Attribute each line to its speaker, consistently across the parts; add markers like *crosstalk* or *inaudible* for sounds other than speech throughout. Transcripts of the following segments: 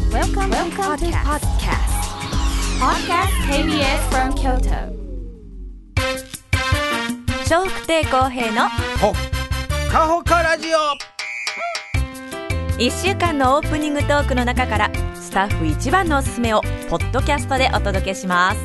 Speaker 1: Welcome to
Speaker 2: Welcome, to podcast.
Speaker 1: Podcast KBS from Kyoto.
Speaker 2: 笑福亭公平の
Speaker 3: ほっかほかラジオ
Speaker 2: 1週間のオープニングトークの中からスタッフ一番のおすすめをポッドキャストでお届けします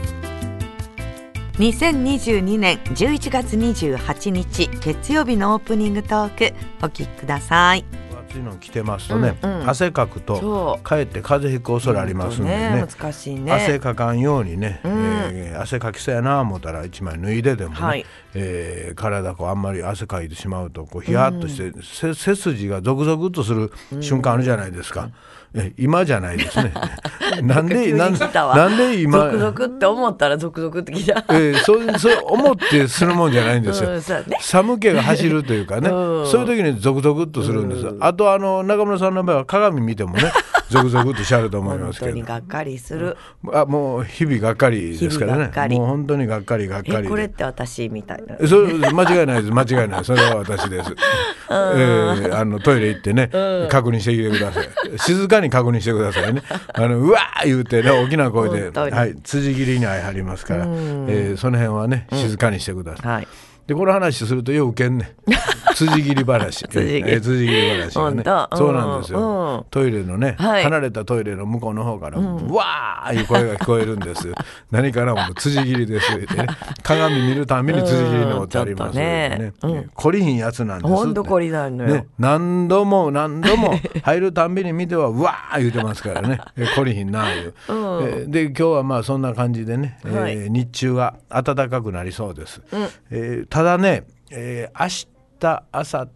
Speaker 4: 2022年11月28日月曜日のオープニングトークお聞きください
Speaker 3: 暑いの着てますとね、
Speaker 4: うんうん
Speaker 3: 汗かく
Speaker 4: そ
Speaker 3: と
Speaker 4: う
Speaker 3: かえって風邪ひく恐れありますんでね
Speaker 4: 本当難しいね
Speaker 3: 汗かかんようにね、
Speaker 4: ん
Speaker 3: えー汗かきそうやな思ったら一枚脱いででもね、
Speaker 4: はい
Speaker 3: えー体こうあんまり汗かいてしまうとこうヒヤッとして、せ背筋がゾクゾクっとする瞬間あるじゃないですか、え今じゃないで
Speaker 4: *laughs*
Speaker 3: すねなんでなん
Speaker 4: 急に来たわ
Speaker 3: なんで今
Speaker 4: 続々って思ったら続々ってきた、
Speaker 3: えー、そうそう思ってするもんじゃないんですよ、
Speaker 4: うんそうだね
Speaker 3: 寒気が走るというかね、
Speaker 4: *laughs* うん
Speaker 3: そういう時にゾクゾクっとするんです、あとあの中村さんの場合は鏡見ても
Speaker 4: *laughs*
Speaker 3: ねゾクゾクっとしちゃうと思いま
Speaker 4: 本
Speaker 3: す
Speaker 4: 当
Speaker 3: け
Speaker 4: に
Speaker 3: ど
Speaker 4: がっかりする、
Speaker 3: あもう日々がっかりですから
Speaker 4: 日々がっか
Speaker 3: ね
Speaker 4: り
Speaker 3: もう本当にがっかりがっかり
Speaker 4: え
Speaker 3: で
Speaker 4: これって私みたいな
Speaker 3: それ間違いないです間違いないそれは
Speaker 4: *laughs*
Speaker 3: 私です、えーあのトイレ行ってね、確認してきてください静かに確認してくださ
Speaker 4: *laughs*
Speaker 3: いねあのうわー言うてね大きな声で、
Speaker 4: 本当に
Speaker 3: はい、辻切りに相張りますから、えーその辺はね静かにしてください、
Speaker 4: はい
Speaker 3: でこの話するとようウケんね
Speaker 4: *laughs*
Speaker 3: 辻切り話
Speaker 4: 辻切り
Speaker 3: えー辻切り話がね
Speaker 4: 本当
Speaker 3: そうなんです
Speaker 4: うんう
Speaker 3: よ
Speaker 4: ん
Speaker 3: トイレのね、
Speaker 4: はい
Speaker 3: 離れたトイレの向こうの方から「うわー!」いう声が聞こえるんです
Speaker 4: *laughs*
Speaker 3: 何からもう辻切りですって、ね、鏡見るたびに辻切りのってありますよ
Speaker 4: うん
Speaker 3: ね
Speaker 4: ちょっとね
Speaker 3: ね懲りひんやつなんです
Speaker 4: ほんと懲りないのよ
Speaker 3: ね、何度も何度 *laughs* も入るたんびに見てはうわー言うてます *laughs* からねえ懲りひんなあいう、えーで今日はまあそんな感じでね、えー
Speaker 4: はい
Speaker 3: 日中は暖かくなりそうです、えーただね、えー明日明後日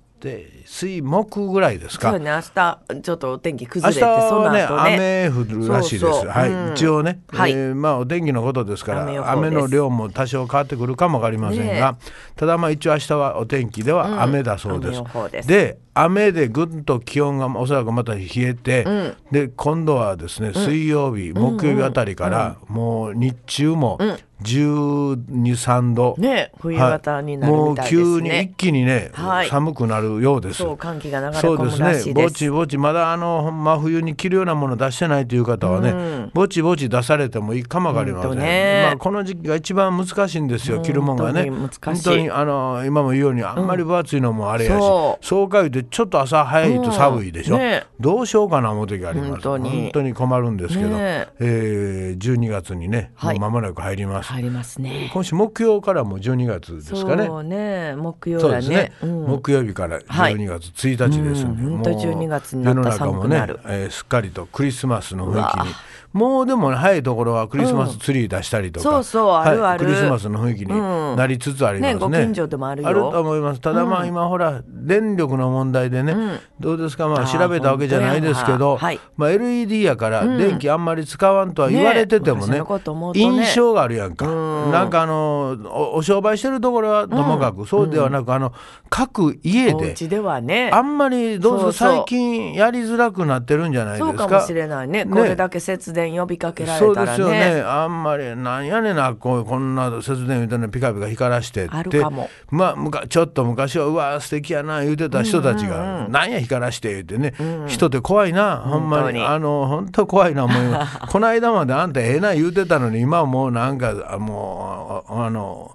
Speaker 3: 水木ぐらいですか
Speaker 4: そうね明日ちょっとお天気
Speaker 3: 明
Speaker 4: 崩れ
Speaker 3: 日
Speaker 4: てその
Speaker 3: はね
Speaker 4: 後ね
Speaker 3: 雨降るらしいです
Speaker 4: そうそう
Speaker 3: はい、
Speaker 4: うん
Speaker 3: 一応ね、
Speaker 4: はい
Speaker 3: えーまあお天気のことですから
Speaker 4: 雨
Speaker 3: 雨
Speaker 4: 予報です
Speaker 3: の量も多少変わってくるかもわかりませんが、ただまあ一応明日はお天気では雨だそうで
Speaker 4: 雨
Speaker 3: す、
Speaker 4: 予報です
Speaker 3: で雨でぐっと気温がおそらくまた冷えて、で今度はですね水曜日、木曜日あたりから、もう日中も1 2三3度、
Speaker 4: ね冬型になるみたいですね
Speaker 3: はいもう急に一気にね、
Speaker 4: はい
Speaker 3: 寒くなるようです
Speaker 4: そう寒気が流れ
Speaker 3: そう
Speaker 4: 込
Speaker 3: で
Speaker 4: む
Speaker 3: す
Speaker 4: らし
Speaker 3: ね
Speaker 4: いで
Speaker 3: ぼ
Speaker 4: す
Speaker 3: ちぼちまだあの真冬に着るようなもの出してないという方はね、ぼちぼち出されてもいいかもわかりませ
Speaker 4: ほ
Speaker 3: ん、
Speaker 4: んとね
Speaker 3: まあ、この時期が一番難しいんですよ着るもんが
Speaker 4: 本
Speaker 3: ね
Speaker 4: 当に難しい
Speaker 3: 本当にあの今も言うようにあんまり分厚いのもあれやし、
Speaker 4: うん
Speaker 3: そ
Speaker 4: そう
Speaker 3: か言うてちょっと朝早いと寒いでしょ、
Speaker 4: うんね
Speaker 3: どうしようかな思う時あります
Speaker 4: 本当に
Speaker 3: 困るんですけど、
Speaker 4: ね
Speaker 3: えー12月にねも
Speaker 4: は
Speaker 3: う
Speaker 4: い
Speaker 3: 間もなく入ります、
Speaker 4: 入りますね
Speaker 3: 今週木曜からもう12月ですかね
Speaker 4: そうね木曜
Speaker 3: そう
Speaker 4: だ
Speaker 3: で
Speaker 4: ね
Speaker 3: すね、
Speaker 4: うん
Speaker 3: 木曜日から12月1日ですんで、
Speaker 4: うん
Speaker 3: も
Speaker 4: 本
Speaker 3: う
Speaker 4: 当12月になったら寒くなる
Speaker 3: 世の中もね、えーすっかりとクリスマスの雰囲気
Speaker 4: う
Speaker 3: に
Speaker 4: わ
Speaker 3: もうでもね早いところはクリスマスツリー出したりとか、
Speaker 4: うんそうそうあるある
Speaker 3: はい、クリスマスの雰囲気になりつつありますね,、
Speaker 4: ねご近所でもあるよ
Speaker 3: と思いますただまあ今ほら電力の問題でね、どうですかまあ
Speaker 4: あー
Speaker 3: 調べたわけじゃないですけ
Speaker 4: 本当や
Speaker 3: ど、
Speaker 4: はい
Speaker 3: まあ、LED やから電気あんまり使わんとは言われてても
Speaker 4: ね昔
Speaker 3: ね,、
Speaker 4: のこと思うとね
Speaker 3: 印象があるやんか、なんかあのおお商売してるところはともかく、そうではなく、あの各家
Speaker 4: お
Speaker 3: で
Speaker 4: 家ではね
Speaker 3: あんまりどうぞ
Speaker 4: そうそう
Speaker 3: 最近やりづらくなってるんじゃないです
Speaker 4: そ
Speaker 3: か。
Speaker 4: うかもしれないねこれだけ節電呼びかけられ
Speaker 3: そう
Speaker 4: た
Speaker 3: で
Speaker 4: ら
Speaker 3: すよ
Speaker 4: ね
Speaker 3: ねあんまりなんやねんなこうこんな節電みたいなピカピカ光らしてって
Speaker 4: あるかも
Speaker 3: まあむかちょっと昔はうわ素敵やな言うてた人たちが、なんや光らして言うてね、人って怖いなほんま
Speaker 4: 本当
Speaker 3: に
Speaker 4: に
Speaker 3: あの本当怖いな思います *laughs* この間まであんたええな言うてたのに今はもうなんかあもうあの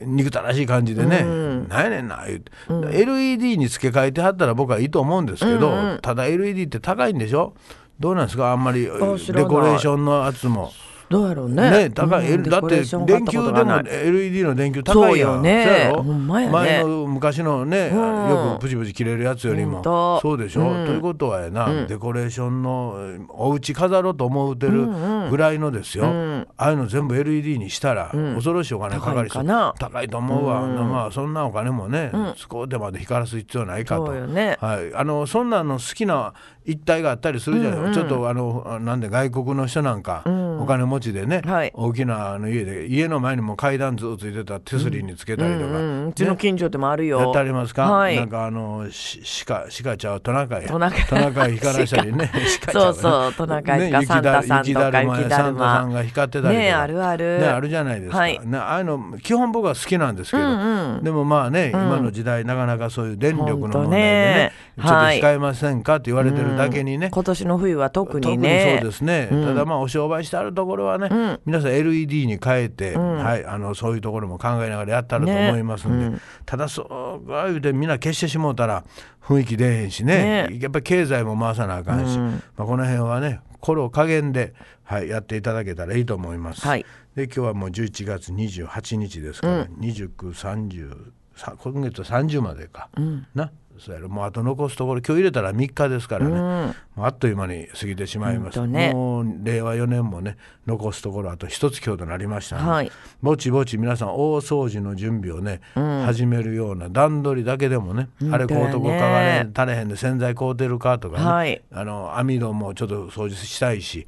Speaker 3: 憎たらしい感じでね、なんやねんな言うて、LED に付け替えてはったら僕はいいと思うんですけど、ただ LED って高いんでしょどうなんですかあんまりデコ
Speaker 4: 知らない
Speaker 3: レーションのやつも。
Speaker 4: どうやろうね
Speaker 3: ね、高い、
Speaker 4: うん
Speaker 3: だ
Speaker 4: デ
Speaker 3: っ
Speaker 4: コレ
Speaker 3: て
Speaker 4: ーション買
Speaker 3: 電
Speaker 4: った
Speaker 3: 球
Speaker 4: こと
Speaker 3: で
Speaker 4: がな
Speaker 3: も
Speaker 4: い
Speaker 3: LED の電球高いやん
Speaker 4: そうよね
Speaker 3: そやろ
Speaker 4: ほんまやね
Speaker 3: 前の昔のね、
Speaker 4: ん
Speaker 3: よくプチプチ切れるやつより
Speaker 4: ほ
Speaker 3: も
Speaker 4: んと
Speaker 3: そうでしょ、ということはやな、デコレーションのお家飾ろうと思うてるぐらいのですよ、ああいうの全部 LED にしたら、恐ろしいお金かかりそ
Speaker 4: 高いか
Speaker 3: う
Speaker 4: な
Speaker 3: 高いと思うわ、まあそんなお金もね、使うてまで光らす必要ないかと
Speaker 4: そうよね
Speaker 3: はい、あのそんなの好きな一体があったりするじゃない、ちょっとあのなんで外国の人なんか、お金持ちでね、
Speaker 4: はい
Speaker 3: 大きなあの家で家の前にも階段ずっとついてたら手すりにつけたりとか、
Speaker 4: うん、うちの
Speaker 3: ね
Speaker 4: 近所でもあるよ。
Speaker 3: やってありますか、
Speaker 4: はい
Speaker 3: なんかあのししかしかちゃんトナカイ
Speaker 4: トナカイ
Speaker 3: 光らしたりね鹿ちゃん
Speaker 4: そ
Speaker 3: は
Speaker 4: うそ
Speaker 3: ね
Speaker 4: う、トナカイか、
Speaker 3: ね
Speaker 4: サンタさんとか、
Speaker 3: 雪
Speaker 4: 雪
Speaker 3: だ
Speaker 4: だ
Speaker 3: る
Speaker 4: る
Speaker 3: まやサンタさ
Speaker 4: ま
Speaker 3: ん。が光ってたりとか
Speaker 4: ねえあるある
Speaker 3: ねあるじゃないですか、
Speaker 4: はい
Speaker 3: ねああいうの基本僕は好きなんですけど、
Speaker 4: うんうん
Speaker 3: でもまあね、今の時代なかなかそういう電力の問題でね
Speaker 4: ほ
Speaker 3: ち
Speaker 4: ん
Speaker 3: ょ
Speaker 4: とね
Speaker 3: っと使えませんかって言われてるだけにね、
Speaker 4: 今年の冬は特
Speaker 3: 特
Speaker 4: に
Speaker 3: に
Speaker 4: ね。
Speaker 3: そうですね、
Speaker 4: うん
Speaker 3: ただまあお商売してあるところはね、
Speaker 4: うん
Speaker 3: 皆さん LED に変えて、はい、あのそういうところも考えながらやったらと
Speaker 4: ね
Speaker 3: 思いますんで、ただそうああいうでみんな消してしもうたら雰囲気出へんしねやっぱり経済も回さなあかんし、まあ、この辺はね心加減で、はい、やっていただけたらいいと思います。
Speaker 4: はい
Speaker 3: で今日はもう11月28日ですから、2930さ今月30までか、なそうやろもうあと残すところ今日入れたら3日ですからね、もうあっという間に過ぎてしまいまし
Speaker 4: ほ
Speaker 3: た、
Speaker 4: んとね
Speaker 3: もう令和4年もね残すところあと一つ今日となりましたので、
Speaker 4: はい
Speaker 3: ぼちぼち皆さん大掃除の準備をね、始めるような段取りだけでもね、あれこうとこ買われ足れへんで洗剤買うてるかとかね、
Speaker 4: はい
Speaker 3: あの網戸もちょっと掃除したいし、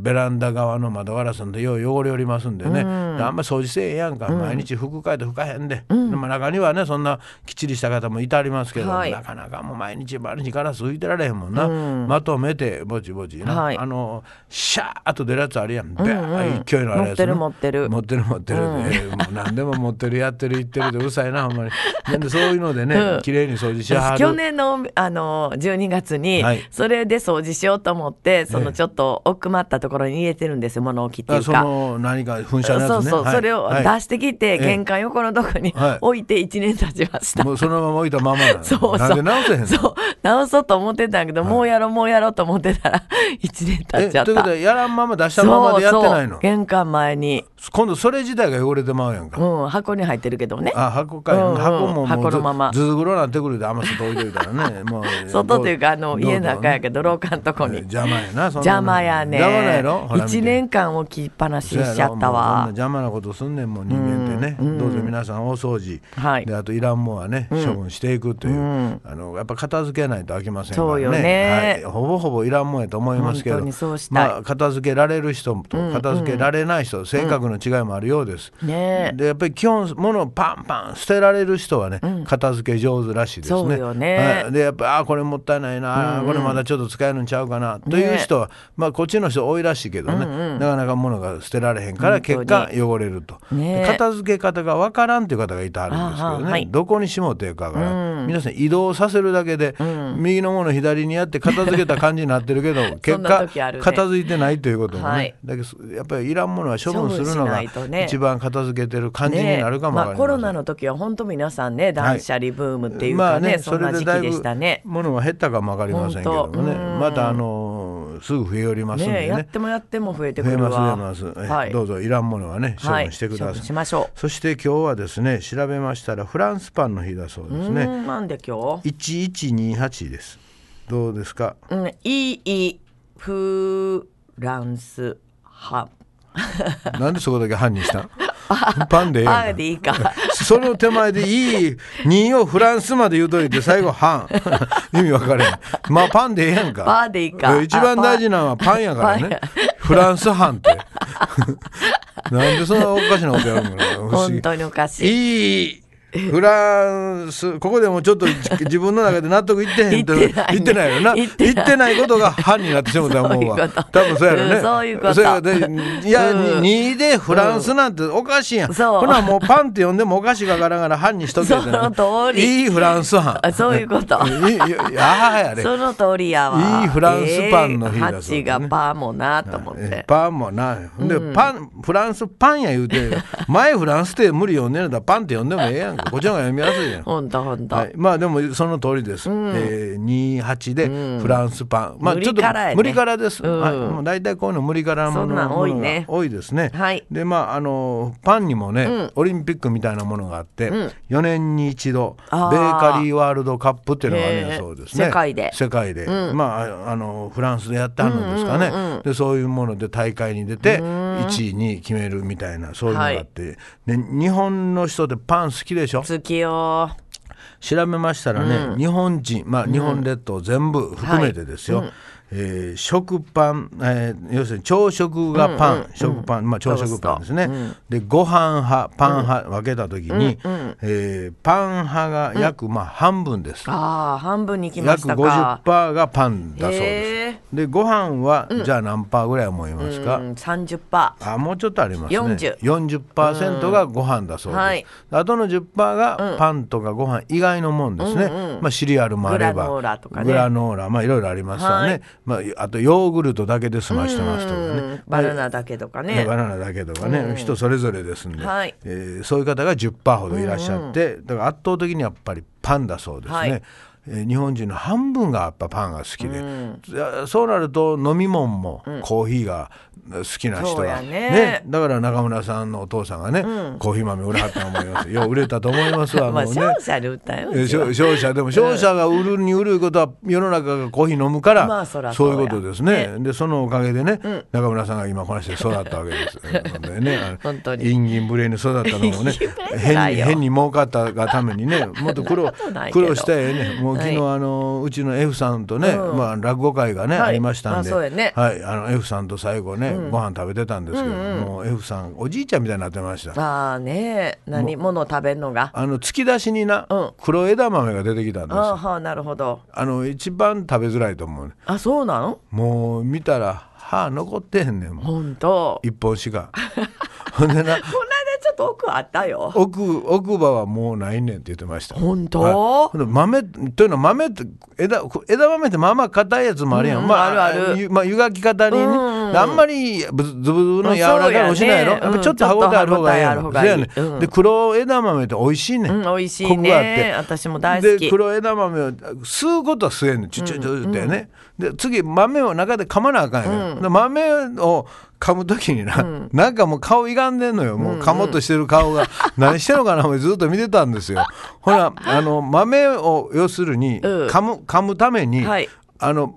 Speaker 3: ベランダ側の窓ガラスなんてよう汚れおりますんでね、であんまり掃除せえへんやんか、毎日服替えて拭かへんで、まあ、中にはねそんなきっちりした方もいたりますけ
Speaker 4: はい
Speaker 3: ど、なかなかもう毎日毎日ガラス拭いてられへんもんな、まとめてぼちぼちな、
Speaker 4: はい
Speaker 3: あのシャーッと出るやつあるやん、べー勢いのあるやつ、ね、
Speaker 4: 持ってる持
Speaker 3: 持ってる持ってるで、もう何でも持ってるやってる言ってるでうるさいなほんまになんでそういうのでね、
Speaker 4: うん
Speaker 3: 綺麗に掃除しはる
Speaker 4: 去年のあの12月に、
Speaker 3: はい
Speaker 4: それで掃除しようと思ってそ
Speaker 3: え
Speaker 4: の
Speaker 3: え
Speaker 4: ちょっと奥まったところに入れてるんですよ物置ってい
Speaker 3: あ
Speaker 4: う
Speaker 3: そ
Speaker 4: か。
Speaker 3: の何か噴射のやつね
Speaker 4: そうそう、
Speaker 3: はい
Speaker 4: それを
Speaker 3: は
Speaker 4: 出
Speaker 3: い
Speaker 4: してきて、
Speaker 3: え
Speaker 4: 玄関横のとこに
Speaker 3: はい
Speaker 4: 置いて1年経ちました。
Speaker 3: もうそのまま置いたままな
Speaker 4: *laughs*
Speaker 3: の
Speaker 4: そうそう。
Speaker 3: なんで直せへんの
Speaker 4: そう。直そうと思ってたんやけど、もうやろうもうやろうと思ってたら、1年 *laughs* 経
Speaker 3: え
Speaker 4: っちゃった。
Speaker 3: ということでやらんまま出したままでやってないの
Speaker 4: そうそう玄関前に、
Speaker 3: 今度それ自体が汚れてまうやんか、
Speaker 4: うん、箱に入ってるけどもね。
Speaker 3: あ箱かい、
Speaker 4: うんうん
Speaker 3: 箱もも
Speaker 4: 箱
Speaker 3: うず
Speaker 4: のまま
Speaker 3: ずずぐろなってくるであんま外置いといたら
Speaker 4: *laughs*
Speaker 3: ねもう
Speaker 4: 外というか、あの、
Speaker 3: どう
Speaker 4: 家の中やけど、
Speaker 3: どう
Speaker 4: 廊下のとこに。
Speaker 3: ね邪魔やなそんな
Speaker 4: 邪魔やね。
Speaker 3: 邪魔なんやろほら見て
Speaker 4: 1年間置きっぱなしにしちゃった
Speaker 3: そやろもうそんな
Speaker 4: わ。
Speaker 3: 邪魔なことすんねんもん人間ってね、どうぞ皆さん大掃除、
Speaker 4: はい
Speaker 3: であといらんもんはね処分していくという、あのやっぱ片付けないとあきませんからね
Speaker 4: そうよね
Speaker 3: はい、ほぼほぼいらんもんやと思いますけど
Speaker 4: 本当にそうしたい
Speaker 3: まあ、片付けられる人と片付けられない人、性格の違いもあるようです、
Speaker 4: ねえ
Speaker 3: でやっぱり基本物をパンパン捨てられる人はね、片付け上手らしいですね。
Speaker 4: そうよね
Speaker 3: はいでやっぱあーこれもったいないな、あーこれまだちょっと使えるんちゃうかな、という人は、まあ、こっちの人多いらしいけどね、なかなか物が捨てられへんから
Speaker 4: 本当に
Speaker 3: 結果汚れると、
Speaker 4: ね
Speaker 3: で片付け方がわからんという方がいてはるんですけど
Speaker 4: あー
Speaker 3: ね、
Speaker 4: はーはい
Speaker 3: どこにしもうていうかわからん、皆さん移動させるだけで、右のもの左にやって片付けた感じになってるけど
Speaker 4: *laughs* そ
Speaker 3: 結
Speaker 4: んな
Speaker 3: 果
Speaker 4: 時あるね
Speaker 3: 片付いてないということもね、
Speaker 4: はい
Speaker 3: だけどやっぱりいらんものは処分する
Speaker 4: 処
Speaker 3: の
Speaker 4: 分しな
Speaker 3: が
Speaker 4: いとね
Speaker 3: 一番片付けてる感じに
Speaker 4: ねえ
Speaker 3: なるかも
Speaker 4: ま
Speaker 3: わか
Speaker 4: あ、
Speaker 3: り
Speaker 4: コ
Speaker 3: ませ
Speaker 4: ロ
Speaker 3: ん
Speaker 4: ナの時は本当皆さんね断捨離ブームっていう
Speaker 3: ま
Speaker 4: か
Speaker 3: あ
Speaker 4: ね,、
Speaker 3: ね、
Speaker 4: そ
Speaker 3: そ
Speaker 4: んな
Speaker 3: れ
Speaker 4: 時
Speaker 3: でだ
Speaker 4: 期
Speaker 3: い
Speaker 4: で
Speaker 3: ぶ
Speaker 4: したね。
Speaker 3: 物は減ったかもわかりませんけども
Speaker 4: 本
Speaker 3: ね
Speaker 4: 当うん
Speaker 3: またあのーすぐ増えよりますんで
Speaker 4: ねえ
Speaker 3: ね
Speaker 4: やってもやっても増えてく
Speaker 3: 増え
Speaker 4: る
Speaker 3: ます増え
Speaker 4: わ。
Speaker 3: ます、え
Speaker 4: はい、
Speaker 3: どうぞいらんものはね処
Speaker 4: はい
Speaker 3: 分してく
Speaker 4: 処
Speaker 3: ださ
Speaker 4: 分
Speaker 3: い、
Speaker 4: しましょ
Speaker 3: そして今日はですね調べましたらフランスパンの日だそうで
Speaker 4: う。
Speaker 3: す
Speaker 4: う
Speaker 3: ね
Speaker 4: んなんで今日
Speaker 3: 1128ですどうですか
Speaker 4: うん、いいフランスハ
Speaker 3: なんでそこだけ犯人したん *laughs* パンでええやん
Speaker 4: あーでいいか
Speaker 3: その手前でいい2をフランスまで言うといて最後半 *laughs* 意味わかれんまあパンでええやんか
Speaker 4: パーでいいか
Speaker 3: え *laughs* 一番大事なのはパンやから
Speaker 4: パンや
Speaker 3: ねフランス飯って *laughs* なんでそんなおかしなことやるのかな不思議
Speaker 4: 本当におかしい。
Speaker 3: いいフランスここでもちょっとじ *laughs* 自分の中で納得いってへん
Speaker 4: *laughs*
Speaker 3: と
Speaker 4: いってないね
Speaker 3: 言ってないよな
Speaker 4: 言
Speaker 3: 言
Speaker 4: っ
Speaker 3: って
Speaker 4: ない
Speaker 3: てないことが犯になってしまうと思う
Speaker 4: そういう
Speaker 3: わ
Speaker 4: こと
Speaker 3: 多分そうやろ
Speaker 4: う
Speaker 3: ね
Speaker 4: んそういうこと
Speaker 3: やでいや
Speaker 4: うん
Speaker 3: 2位でフランスなんておかしいや
Speaker 4: うん
Speaker 3: ん
Speaker 4: そう
Speaker 3: ほなもうパンって呼んでもおかしいがからがら犯にしとけってな
Speaker 4: その通り
Speaker 3: いいフランス飯
Speaker 4: あそういうこと。
Speaker 3: いいいやあやで
Speaker 4: その通りやわ。
Speaker 3: いいフランスパンの日だそうですね
Speaker 4: えーハチがパーもなと思っ
Speaker 3: え
Speaker 4: て。
Speaker 3: パンもなで、パンフランスパンや言うて前フランスって無理呼んでんだったらパンって呼んでもええやんかこっちの方が読みやすいやん
Speaker 4: ほんとほんと。
Speaker 3: はい、まあでもその通りです、えー、28でフランスパン、まあ
Speaker 4: 無理
Speaker 3: ちょっと
Speaker 4: からやね
Speaker 3: 無理からです、
Speaker 4: うん
Speaker 3: はい、もう大体こういうの無理からも
Speaker 4: そ
Speaker 3: の
Speaker 4: んなん多いね
Speaker 3: ものが多いですね、
Speaker 4: はい
Speaker 3: でまああのパンにもね、オリンピックみたいなものがあって、4年に一度ベ
Speaker 4: あー
Speaker 3: ーカリーワールドカップっていうのがあるん
Speaker 4: へー
Speaker 3: やそうですね
Speaker 4: 世界で
Speaker 3: 世界で、まああのフランスでやってはるんですかね、でそういうもので大会に出て1位に決めるみたいなそういうのがあって、で日本の人ってパン好きでしょ
Speaker 4: 好きよ。
Speaker 3: 調べましたらね、日本人、まあ、日本列島全部含めてですよ、えー食パン、えー要するに朝食がパン、食パン、まあ、朝食パンですね、でご飯派パン派分けた時に、えーパン派が約、まあ、半分です、
Speaker 4: ああ半分に来ました
Speaker 3: 約
Speaker 4: か
Speaker 3: 50%がパンだそう
Speaker 4: へ
Speaker 3: で
Speaker 4: え
Speaker 3: すでご飯は、じゃあ何パーぐらい思いますか、
Speaker 4: うん30パ
Speaker 3: あもうちょっとありますね
Speaker 4: 40
Speaker 3: 40%がご飯だそうです、
Speaker 4: はい
Speaker 3: あとの10%がパンとかご飯以外のもんですね、まあ、シリアルもあれば
Speaker 4: グラノーラとかね
Speaker 3: グラノーラまあいろいろありますわね、
Speaker 4: はい
Speaker 3: まあ、あとヨーグルトだけで済ましてますとか
Speaker 4: ー、
Speaker 3: ね
Speaker 4: バナナだけとかね
Speaker 3: バナナだけとかね、人それぞれですんで、
Speaker 4: はい
Speaker 3: えーそういう方が10%ほどいらっしゃって、だから圧倒的にやっぱりパンだそうですね。
Speaker 4: はい
Speaker 3: えー日本人の半分がやっぱパンが好きで、じゃあそうなると飲み物もコーヒーが好きな人
Speaker 4: そうや
Speaker 3: が、
Speaker 4: ね
Speaker 3: だから中村さんのお父さんがね、コーヒー豆売らはったと思いますよう売れたと思います
Speaker 4: *laughs*
Speaker 3: わ
Speaker 4: まあ
Speaker 3: もうね
Speaker 4: 勝者で歌よ
Speaker 3: えーしょ商社でも商社が売るに売るいうことは世の中がコーヒー飲むから、
Speaker 4: まあそら
Speaker 3: そ
Speaker 4: そうう
Speaker 3: い
Speaker 4: や
Speaker 3: うことですねでそのおかげでね、中村さんが今この人で育ったわけです
Speaker 4: *laughs*
Speaker 3: なんでねあの
Speaker 4: 本当に
Speaker 3: 陰銀無礼に育ったのも
Speaker 4: *laughs*
Speaker 3: ね変
Speaker 4: な
Speaker 3: に
Speaker 4: いよ
Speaker 3: 変に儲かったがため
Speaker 4: *laughs*
Speaker 3: にねもっと苦
Speaker 4: そんな
Speaker 3: 労
Speaker 4: ことないけ
Speaker 3: 苦
Speaker 4: ど
Speaker 3: 労したらええねもう昨日、
Speaker 4: は
Speaker 3: あのうちの F さんとね、まあ、落語会がね、
Speaker 4: はい
Speaker 3: ありましたんで、
Speaker 4: あそうやね
Speaker 3: はい、あの F さんと最後ね、ご飯食べてたんですけど、もう F さんおじいちゃんみたいになってました。
Speaker 4: まあね何物を食べるのが
Speaker 3: あの突き出しにな、
Speaker 4: うん
Speaker 3: 黒枝豆が出てきたんですよ
Speaker 4: ああはあなるほど
Speaker 3: あの一番食べづらいと思うね
Speaker 4: あそうなの
Speaker 3: もう見たら歯残ってへんねんもう
Speaker 4: 本当
Speaker 3: 一本しか *laughs* ほんでな
Speaker 4: この間ちょっと奥あったよ
Speaker 3: 奥奥歯はもうないねんって言ってました
Speaker 4: 本当
Speaker 3: はいほんで豆というのは豆って枝枝豆ってまあまあ硬いやつもあるやん、
Speaker 4: うん
Speaker 3: まあ
Speaker 4: あるある
Speaker 3: ゆまあ、湯がき方にね、あんまりぶずぶずの柔らかいのしないやろ、
Speaker 4: まあそうやね
Speaker 3: やっぱちょっと歯応えある方がいいやん
Speaker 4: うんちょっと歯応えある方がいい
Speaker 3: そうやね
Speaker 4: うん
Speaker 3: で黒枝豆って美味しいねん、
Speaker 4: うん美味しいね
Speaker 3: コクがあって
Speaker 4: 私も大好き
Speaker 3: で黒枝豆を吸うことは吸えんねんちょちょちょってね、で次豆を中で噛まなあかんやねん、で豆を噛む時にな、なんかもう顔いがんでんのよもう噛もうとしてる顔 *laughs* が、何してんのかな思いずっと見てたんですよほ *laughs* らあの豆を要するに
Speaker 4: うん
Speaker 3: 噛む,、噛むために、
Speaker 4: はい
Speaker 3: あの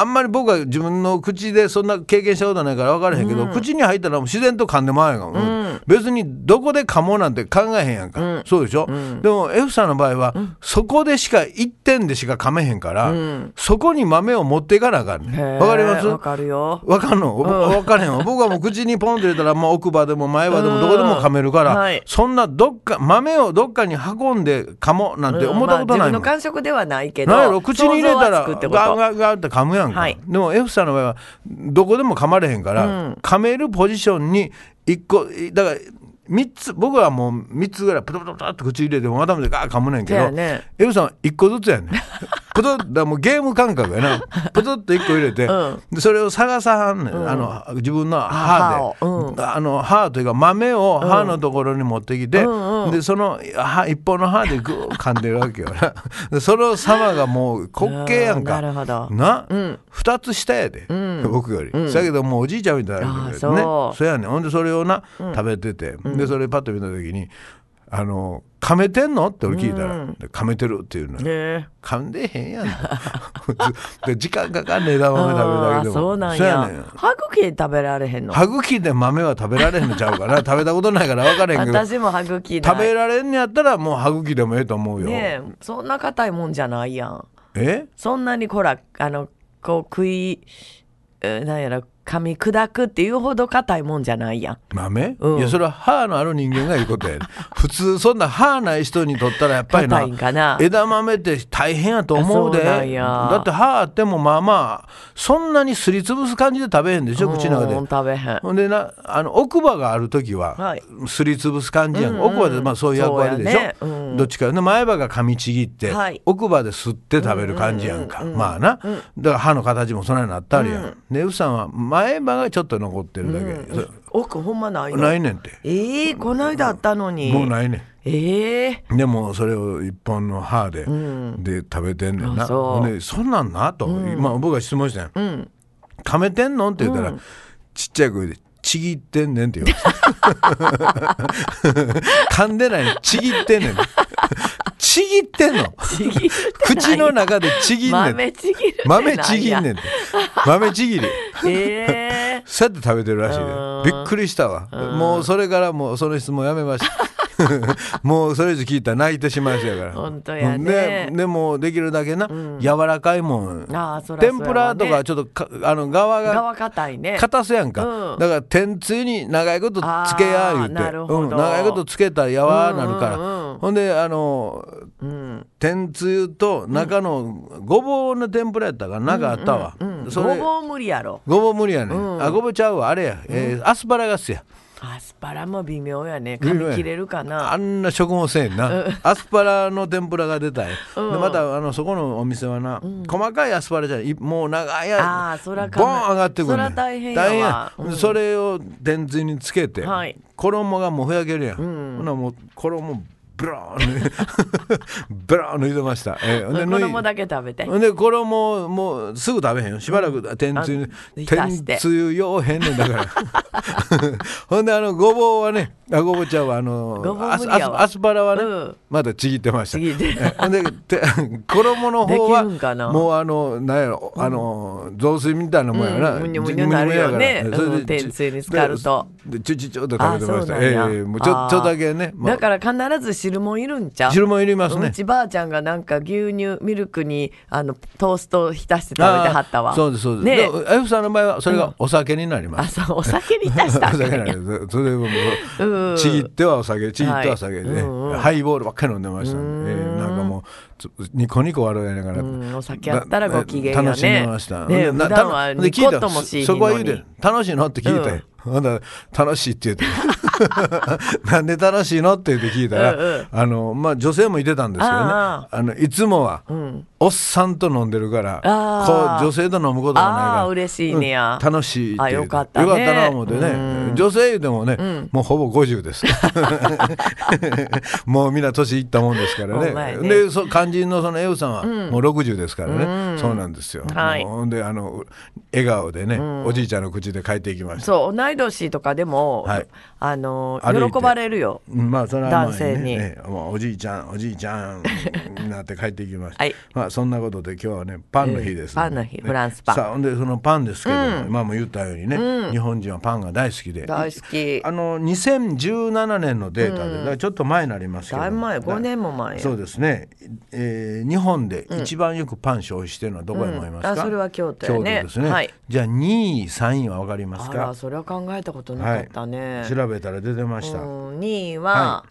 Speaker 3: あんまり僕は自分の口でそんな経験したことないから分からへんけど、口に入ったらもう自然と噛んでまうやんか、うん別にどこで噛もうなんて考えへんやんか、そうでしょ、でも F さんの場合は、そこでしか一点でしか噛めへんから、そこに豆を持っていかなあかんね
Speaker 4: へえ
Speaker 3: んわかります
Speaker 4: わかるよ
Speaker 3: わかんの、わかれへんわ僕はもう口にポンと入れたらもう奥歯でも前歯でもどこでも噛めるから、
Speaker 4: うんはい
Speaker 3: そんなどっか豆をどっかに運んで噛もうなんて思ったこと
Speaker 4: まあ
Speaker 3: な
Speaker 4: 自分
Speaker 3: いも
Speaker 4: の
Speaker 3: ん
Speaker 4: 感触ではないけど
Speaker 3: なんやろ口に入れ
Speaker 4: 想
Speaker 3: たら
Speaker 4: 像はつくってこと
Speaker 3: ガンガンガンって噛むやんか、
Speaker 4: はい
Speaker 3: でも F さんの場合はどこでも噛まれへんから、噛めるポジションに1個だから3つ僕はもう3つぐらいプトプトプトって口入れてもまたまでガーッ噛むねんけ
Speaker 4: そう
Speaker 3: ど、
Speaker 4: やね
Speaker 3: F さんは1個ずつやねんプトッだからもうゲーム感覚やなプトッと1個入れて、
Speaker 4: ん
Speaker 3: でそれを探さはんねん、あの自分の歯で
Speaker 4: 歯を
Speaker 3: あの歯というか豆を歯のところに持ってきて、でその歯一本の歯でグー噛んでるわけよな *laughs* でその様がもう滑稽やんか
Speaker 4: うんなるほど
Speaker 3: な、2つ下やで、僕より、だけどもうおじいちゃんみたいなんだけどね
Speaker 4: あーそう
Speaker 3: やねんほんでそれをな、食べててでそれパッと見た時に「あの噛めてんの?」って俺聞いたら「で噛めてる」っていうのよ
Speaker 4: ね
Speaker 3: 噛んでへんやんで時間かかんね枝豆食べるだ
Speaker 4: あ
Speaker 3: けで
Speaker 4: ー
Speaker 3: も
Speaker 4: そうなん
Speaker 3: そ
Speaker 4: や
Speaker 3: ねん
Speaker 4: 歯茎食べられへんの
Speaker 3: 歯茎で豆は食べられへんのちゃう
Speaker 4: *laughs*
Speaker 3: かな食べたことないから分からへんけど
Speaker 4: 私も歯茎ない
Speaker 3: 食べられんのやったらもう歯茎でもええと思うよ、
Speaker 4: ねえそんな硬いもんじゃないやん
Speaker 3: え
Speaker 4: そんなにほらあのこう食いえーなんやろ噛み砕くっていうほど硬いもんじゃないやん
Speaker 3: 豆、
Speaker 4: うん
Speaker 3: いやそれは歯のある人間が言うことや、ね、 *laughs* 普通そんな歯ない人にとったらやっぱりな
Speaker 4: 硬いんかな
Speaker 3: 枝豆って大変やと思うで
Speaker 4: そうなんや
Speaker 3: だって歯あってもまあまあそんなにすりつぶす感じで食べへんでしょ口の中で
Speaker 4: うん食べへん
Speaker 3: ほんでなあの奥歯がある時は、
Speaker 4: はい
Speaker 3: すりつぶす感じやん、奥歯でまあそういう役割でしょ、
Speaker 4: そうやねうん
Speaker 3: どっちかで前歯が噛みちぎって、
Speaker 4: はい
Speaker 3: 奥歯で吸って食べる感じやんか、まあな、だから歯の形もそんなになったりやん、で F さんは前歯がちょっと残ってるだけ、
Speaker 4: 奥ほんまない
Speaker 3: そ
Speaker 4: の
Speaker 3: ないねんって、
Speaker 4: ええこないだあったのに
Speaker 3: もうないねん
Speaker 4: ええ
Speaker 3: でもそれを一本の歯で、で食べてんねんな
Speaker 4: あそう
Speaker 3: ほんでそんなんなと、まあ、僕が質問したんや、噛めてんの?」って言ったら、ちっちゃい声で「ちぎってんねん」って言わ
Speaker 4: *laughs*
Speaker 3: れた噛んでないのにちぎってんねんちぎってんの
Speaker 4: ちぎるってなんや
Speaker 3: *laughs* 口の中でちぎんねん
Speaker 4: 豆ちぎるってなんや
Speaker 3: 豆ちぎんねんって豆ちぎり
Speaker 4: ええ
Speaker 3: そうやって食べてるらしいで
Speaker 4: うん *laughs*
Speaker 3: びっくりしたわもうそれからもうその質問やめましたもうそれ以上聞いたら泣いてしまいそうやから
Speaker 4: 本当やね
Speaker 3: ででもできるだけな、柔らかいもん
Speaker 4: あーそら
Speaker 3: 天ぷら
Speaker 4: そ
Speaker 3: と
Speaker 4: ら
Speaker 3: か
Speaker 4: ね
Speaker 3: ちょっとかあの側が
Speaker 4: 側硬いね
Speaker 3: 硬すやんか、
Speaker 4: うん
Speaker 3: だから天つゆに長いことつけや
Speaker 4: あー
Speaker 3: 言うて
Speaker 4: なるほど
Speaker 3: うん、長いことつけたらやわなるから、
Speaker 4: うんうんうん
Speaker 3: ほんであの、天つゆと中のごぼうの天ぷらやったから中あったわ、そ
Speaker 4: ご
Speaker 3: れ
Speaker 4: ぼう無理やろ
Speaker 3: ごぼう無理やね、あごぼうちゃうわあれや、えーアスパラガスや
Speaker 4: アスパラも微妙やね
Speaker 3: 微妙
Speaker 4: 噛
Speaker 3: や
Speaker 4: み切れるか
Speaker 3: あ
Speaker 4: なん
Speaker 3: な食物せえんな、アスパラの天ぷらが出たんや、でまたあのそこのお店はな、細かいアスパラじゃないいもう長い
Speaker 4: あーそらか
Speaker 3: ボン上がってくる
Speaker 4: そら大変やわうん
Speaker 3: それを天つゆにつけて、
Speaker 4: はい
Speaker 3: 衣がもうふやけるやん、ほなもう衣ブラーン *laughs* ブラーン抜いてました、えー、
Speaker 4: 子
Speaker 3: 脱い
Speaker 4: 供だけ食べて
Speaker 3: ほんでこれももうすぐ食べへんよしばらく天つゆ、
Speaker 4: あ浸して
Speaker 3: 天つゆようへんねんだからほんであのごぼうはねあごぼうちゃうわあの
Speaker 4: ごぼう無理
Speaker 3: アス
Speaker 4: やわ
Speaker 3: アスアスパラはね、
Speaker 4: うん
Speaker 3: まだちぎってました
Speaker 4: ちぎって
Speaker 3: えほんでて衣の方
Speaker 4: できるんかな
Speaker 3: はもうあのなんやろあの雑炊みたいなもんやろな、
Speaker 4: うんむに
Speaker 3: に
Speaker 4: ょむ
Speaker 3: む
Speaker 4: に
Speaker 3: に
Speaker 4: ょ
Speaker 3: ょ
Speaker 4: なるよね
Speaker 3: やからそれで
Speaker 4: うん天つゆに浸かると
Speaker 3: でちょちょちょっと食べてました
Speaker 4: あそう
Speaker 3: え
Speaker 4: なんや
Speaker 3: えもうちょ
Speaker 4: あー
Speaker 3: ちょっとだけね、まあ
Speaker 4: だから必ず汁もいるんちゃう
Speaker 3: 汁もいりますね
Speaker 4: うちばあちゃんがなんか牛乳ミルクにあのトーストを浸して食べてはったわ
Speaker 3: あーそうですそうです。
Speaker 4: ねえ
Speaker 3: で F さんの場合はそれがお酒になりま
Speaker 4: あ
Speaker 3: す。
Speaker 4: そうお酒に浸した
Speaker 3: *laughs* お
Speaker 4: ん
Speaker 3: 酒
Speaker 4: や
Speaker 3: なんですそれもも
Speaker 4: うん
Speaker 3: うちぎってはお酒ちぎってはお酒
Speaker 4: はい
Speaker 3: で
Speaker 4: うんうん
Speaker 3: ハイボールばっかり飲んでましたねえーなんかもうつニコニコ笑いながら
Speaker 4: んお酒やったらご機嫌やね
Speaker 3: 楽しんでました
Speaker 4: ねえ
Speaker 3: でな
Speaker 4: 普段は
Speaker 3: で聞いた
Speaker 4: ニコッともしいひんのに
Speaker 3: そこは言うて楽しいのって聞いたよほんだら楽しいって言
Speaker 4: *laughs*
Speaker 3: うてなんで楽しいのって言って聞いた
Speaker 4: うんう
Speaker 3: らあのまあ女性もいてたんですけどね
Speaker 4: あ
Speaker 3: あのいつもはおっさんと飲んでるからこう
Speaker 4: あー
Speaker 3: 女性と飲むことがないから
Speaker 4: あー嬉しいねや
Speaker 3: うん楽しいって
Speaker 4: あ
Speaker 3: 言う
Speaker 4: よかったね
Speaker 3: よかったな思ってね女性でもね、もうほぼ50です
Speaker 4: *laughs*
Speaker 3: もうみんな年いったもんですから
Speaker 4: ほんま
Speaker 3: ね
Speaker 4: やね
Speaker 3: でそ肝心のそのエウさんはもう60ですからね、そうなんですよ、
Speaker 4: はい
Speaker 3: もうほんであの笑顔でね、おじいちゃんの口で帰っていきました
Speaker 4: そう同い年とかでも、
Speaker 3: はい
Speaker 4: あの
Speaker 3: 歩いて
Speaker 4: 喜ばれるよ
Speaker 3: うんまあそれはまあ
Speaker 4: 男性に
Speaker 3: ねねもうおじいちゃんおじいちゃんになって帰ってきまし
Speaker 4: *laughs*
Speaker 3: た、
Speaker 4: はい
Speaker 3: まあそんなことで今日はねパンの日で
Speaker 4: えー
Speaker 3: す、
Speaker 4: パンの日フランスパン
Speaker 3: さあほんでそのパンですけども、今も言ったようにね、日本人はパンが大好きで
Speaker 4: 大好き
Speaker 3: あの2017年のデータで、だからちょっと前になりますけど
Speaker 4: だいぶ前5年も前や
Speaker 3: そうですね、えー日本で一番よくパン消費してるのはどこやと思いますか、
Speaker 4: うんあそれは京都やね
Speaker 3: ですね、
Speaker 4: はい
Speaker 3: じゃあ2位3位は分かります
Speaker 4: あ
Speaker 3: から
Speaker 4: それは考えたことなかったね、
Speaker 3: 調べたら出てました、
Speaker 4: うん2位は、
Speaker 3: は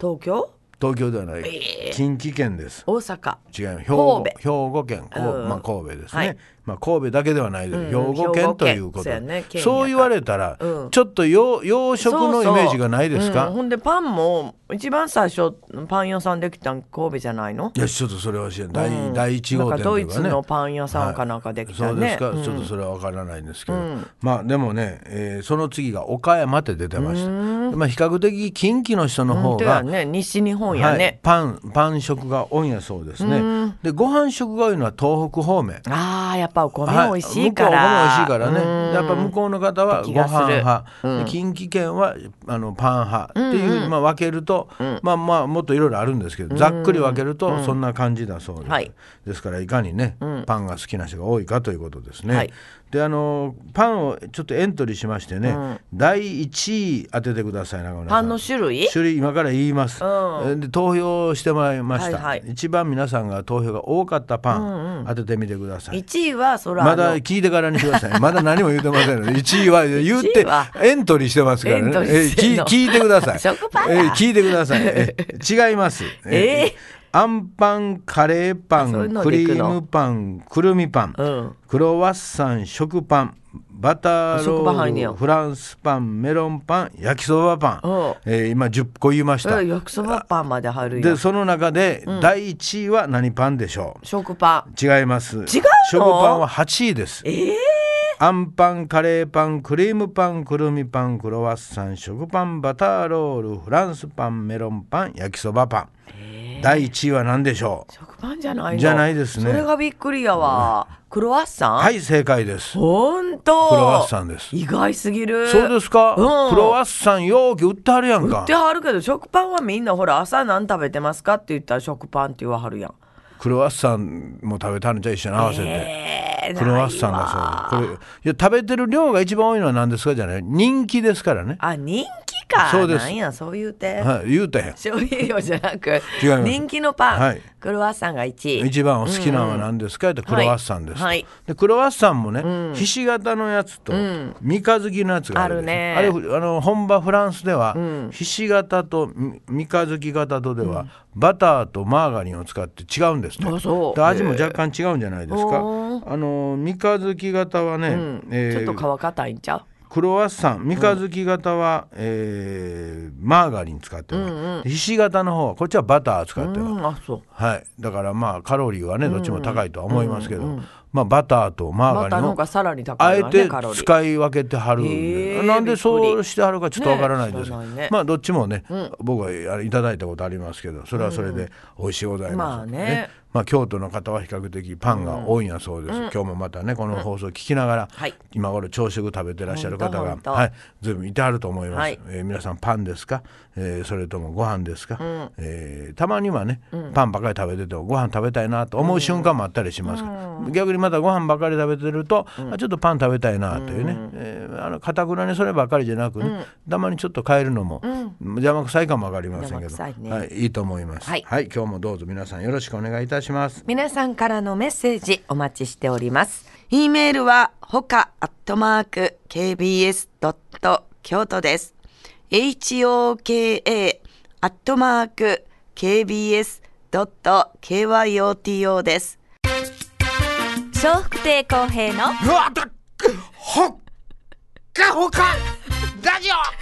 Speaker 4: 東京
Speaker 3: 東京ではない、近畿圏です
Speaker 4: 大阪
Speaker 3: 違う兵庫
Speaker 4: 神戸
Speaker 3: 兵庫県、こう
Speaker 4: うん
Speaker 3: まあ、神戸ですね、
Speaker 4: はい
Speaker 3: まあ、神戸だけではないです、
Speaker 4: うん
Speaker 3: 兵庫
Speaker 4: 兵庫
Speaker 3: 県
Speaker 4: 県
Speaker 3: ということ
Speaker 4: そうや
Speaker 3: で、
Speaker 4: ね県やから
Speaker 3: そう言われたら、
Speaker 4: うん
Speaker 3: ちょっと洋洋食のイメージがないですか
Speaker 4: そうそううんほんでパンも一番最初パン屋さんできたん神戸じゃないの
Speaker 3: いやちょっとそれは知らない、
Speaker 4: うん
Speaker 3: 第一号店と
Speaker 4: な
Speaker 3: いうかね
Speaker 4: んかドイツのパン屋さんかなんかできたね
Speaker 3: はいそうですか、
Speaker 4: うん
Speaker 3: ちょっとそれは分からないんですけど、まあでもね、えーその次が岡山って出てましたまあ比較的近畿の人の
Speaker 4: 本
Speaker 3: 方
Speaker 4: 当や
Speaker 3: が、
Speaker 4: ね西日本や
Speaker 3: はい
Speaker 4: ね、、
Speaker 3: パンパン食が多いんやそうですねでご飯食が多いのは東北方面
Speaker 4: あーやっぱお米
Speaker 3: はい
Speaker 4: 美味しいから、
Speaker 3: 向こうはお米美味しいからねやっぱ向こうの方はご
Speaker 4: 気がする
Speaker 3: 飯派、で近畿圏はあのパン派っていう、まあ、分けると、まあまあもっといろいろあるんですけど、ざっくり分けるとそんな感じだそうです、
Speaker 4: はい
Speaker 3: ですからいかにね、パンが好きな人が多いかということですね、
Speaker 4: はい
Speaker 3: であのパンをちょっとエントリーしましてね、第1位当ててください中村
Speaker 4: パ
Speaker 3: さん
Speaker 4: ンの種類
Speaker 3: 種類今から言います、
Speaker 4: うん
Speaker 3: で投票してもらいました、
Speaker 4: はいはい
Speaker 3: 一番皆さんが投票が多かったパン、当ててみてください
Speaker 4: 1位はそら
Speaker 3: ま
Speaker 4: あ
Speaker 3: だ
Speaker 4: の
Speaker 3: 聞いてからにしてくだ
Speaker 4: *laughs*
Speaker 3: さい。まだ何も言うてませんので、1位は言っ
Speaker 4: 一位
Speaker 3: て
Speaker 4: は
Speaker 3: エントリーしてますから
Speaker 4: エン
Speaker 3: ね。
Speaker 4: トリーしてんの
Speaker 3: えー聞い聞いてくださ
Speaker 4: *laughs*
Speaker 3: い。
Speaker 4: 食パンだ
Speaker 3: えー聞いてください。えー違います。
Speaker 4: *laughs* えー
Speaker 3: あんパン、カレーパ
Speaker 4: あそういう
Speaker 3: ン、
Speaker 4: の
Speaker 3: ク
Speaker 4: で
Speaker 3: リ
Speaker 4: 行くの
Speaker 3: ームパン、くるみパン、
Speaker 4: うん
Speaker 3: クロワッサン、食パン、バターロ
Speaker 4: 食パン入んね
Speaker 3: ー
Speaker 4: や
Speaker 3: ル、フランスパン、メロンパン、焼きそばパン
Speaker 4: おう。
Speaker 3: えー今10個言いました
Speaker 4: うん。焼きそばパンまで入るや
Speaker 3: で、
Speaker 4: ん
Speaker 3: その中で第1位は何パンでしょう
Speaker 4: 食パン
Speaker 3: 違います。違う
Speaker 4: の
Speaker 3: 食パンは8位です。
Speaker 4: ええ
Speaker 3: あんパン、カレーパン、クリームパン、くるみパン、クロワッサン、食パン、バターロール、フランスパン、メロンパン、焼きそばパン。第1位は何でしょう
Speaker 4: 食パンじゃないの
Speaker 3: じゃないですね
Speaker 4: それがびっくりやわクロワッサン
Speaker 3: はい、正解です。そ
Speaker 4: ほんと
Speaker 3: クロワッサンです
Speaker 4: 意外すぎる
Speaker 3: うですか、
Speaker 4: うん
Speaker 3: クロワッサン容器売ってはるやんか
Speaker 4: って。はるけど食パンはみんなほら朝何食べてますかって言ったら食パンって言わはるやん
Speaker 3: クロワッサンも食べたのじゃあ一緒に合わせて。
Speaker 4: えー
Speaker 3: クロワッサン
Speaker 4: ないわ
Speaker 3: がそう。これいや食べてる量が一番多いのは何ですかじゃない人気ですからね。
Speaker 4: あ人気か
Speaker 3: そうです
Speaker 4: なんやそう言うて、
Speaker 3: はい、言うたやん
Speaker 4: 醤油用じゃなく
Speaker 3: 違います
Speaker 4: 人気のパン、
Speaker 3: はい
Speaker 4: クロワッサンが1位
Speaker 3: 一番お好きなのは何ですかってクロワッサンですと、
Speaker 4: はい
Speaker 3: でクロワッサンもね、ひし形のやつと三日月のやつがあるでしょ
Speaker 4: ある
Speaker 3: あれあの本場フランスでは、ひし形とみ三日月形とでは、バターとマーガリンを使って違うんですね
Speaker 4: あそう
Speaker 3: で味も若干違うんじゃないですか
Speaker 4: お
Speaker 3: あの三日月形はね、えー
Speaker 4: ちょっと皮硬いんちゃ
Speaker 3: クロワッサン三日月型は、えーマーガリン使ってます、ひし形の方はこっちはバター使って
Speaker 4: う、
Speaker 3: ます、
Speaker 4: うん、あそう
Speaker 3: はい、だからまあカロリーはねどっちも高いとは思いますけど、まあ、バターとマ
Speaker 4: バタ
Speaker 3: ーガ
Speaker 4: ーの
Speaker 3: リン
Speaker 4: 方
Speaker 3: を
Speaker 4: がさらに高
Speaker 3: あ
Speaker 4: い
Speaker 3: え
Speaker 4: わね
Speaker 3: て
Speaker 4: カロリー
Speaker 3: 使い分けてはるん
Speaker 4: へ
Speaker 3: で
Speaker 4: ー
Speaker 3: なんで
Speaker 4: びっ
Speaker 3: そ
Speaker 4: くり
Speaker 3: うしてはるかちょっとわからないです、
Speaker 4: ねえ知らないね
Speaker 3: まあどっちもね、僕はあれいただいたことありますけどそれはそれで美味しいございま
Speaker 4: ま
Speaker 3: す、
Speaker 4: あね
Speaker 3: まあ、京都の方は比較的パンが多いんやそうです、今日もまたねこの放送聞きながら、
Speaker 4: はい
Speaker 3: 今頃朝食食べてらっしゃる方
Speaker 4: ほ
Speaker 3: が
Speaker 4: んとほん、と
Speaker 3: はい、随分いてはると思います、
Speaker 4: はい
Speaker 3: えー皆さんパンですか、えーそれともご飯ですか、えーたまにはね、パンばかり食べててもご飯食べたいなと思う瞬間もあったりしますから、逆にまたご飯ばかり食べてると、あちょっとパン食べたいなというね、えーあのかたくなにそればかりじゃなくね、たまにちょっと変えるのも、邪魔くさいかもわかりませんけど
Speaker 4: 邪魔くさいね
Speaker 3: はい、いいと思います、
Speaker 4: はい
Speaker 3: はい、今日もどうぞ皆さんよろしくお願いいたします
Speaker 4: 皆さんからのメッセージお待ちしております。e メールはほかアットマーク kbs ドット京都です。h o k a アットマーク kbs ドット k y o t o です。
Speaker 2: 笑福亭公平の
Speaker 3: うわだっほっかほかラジオ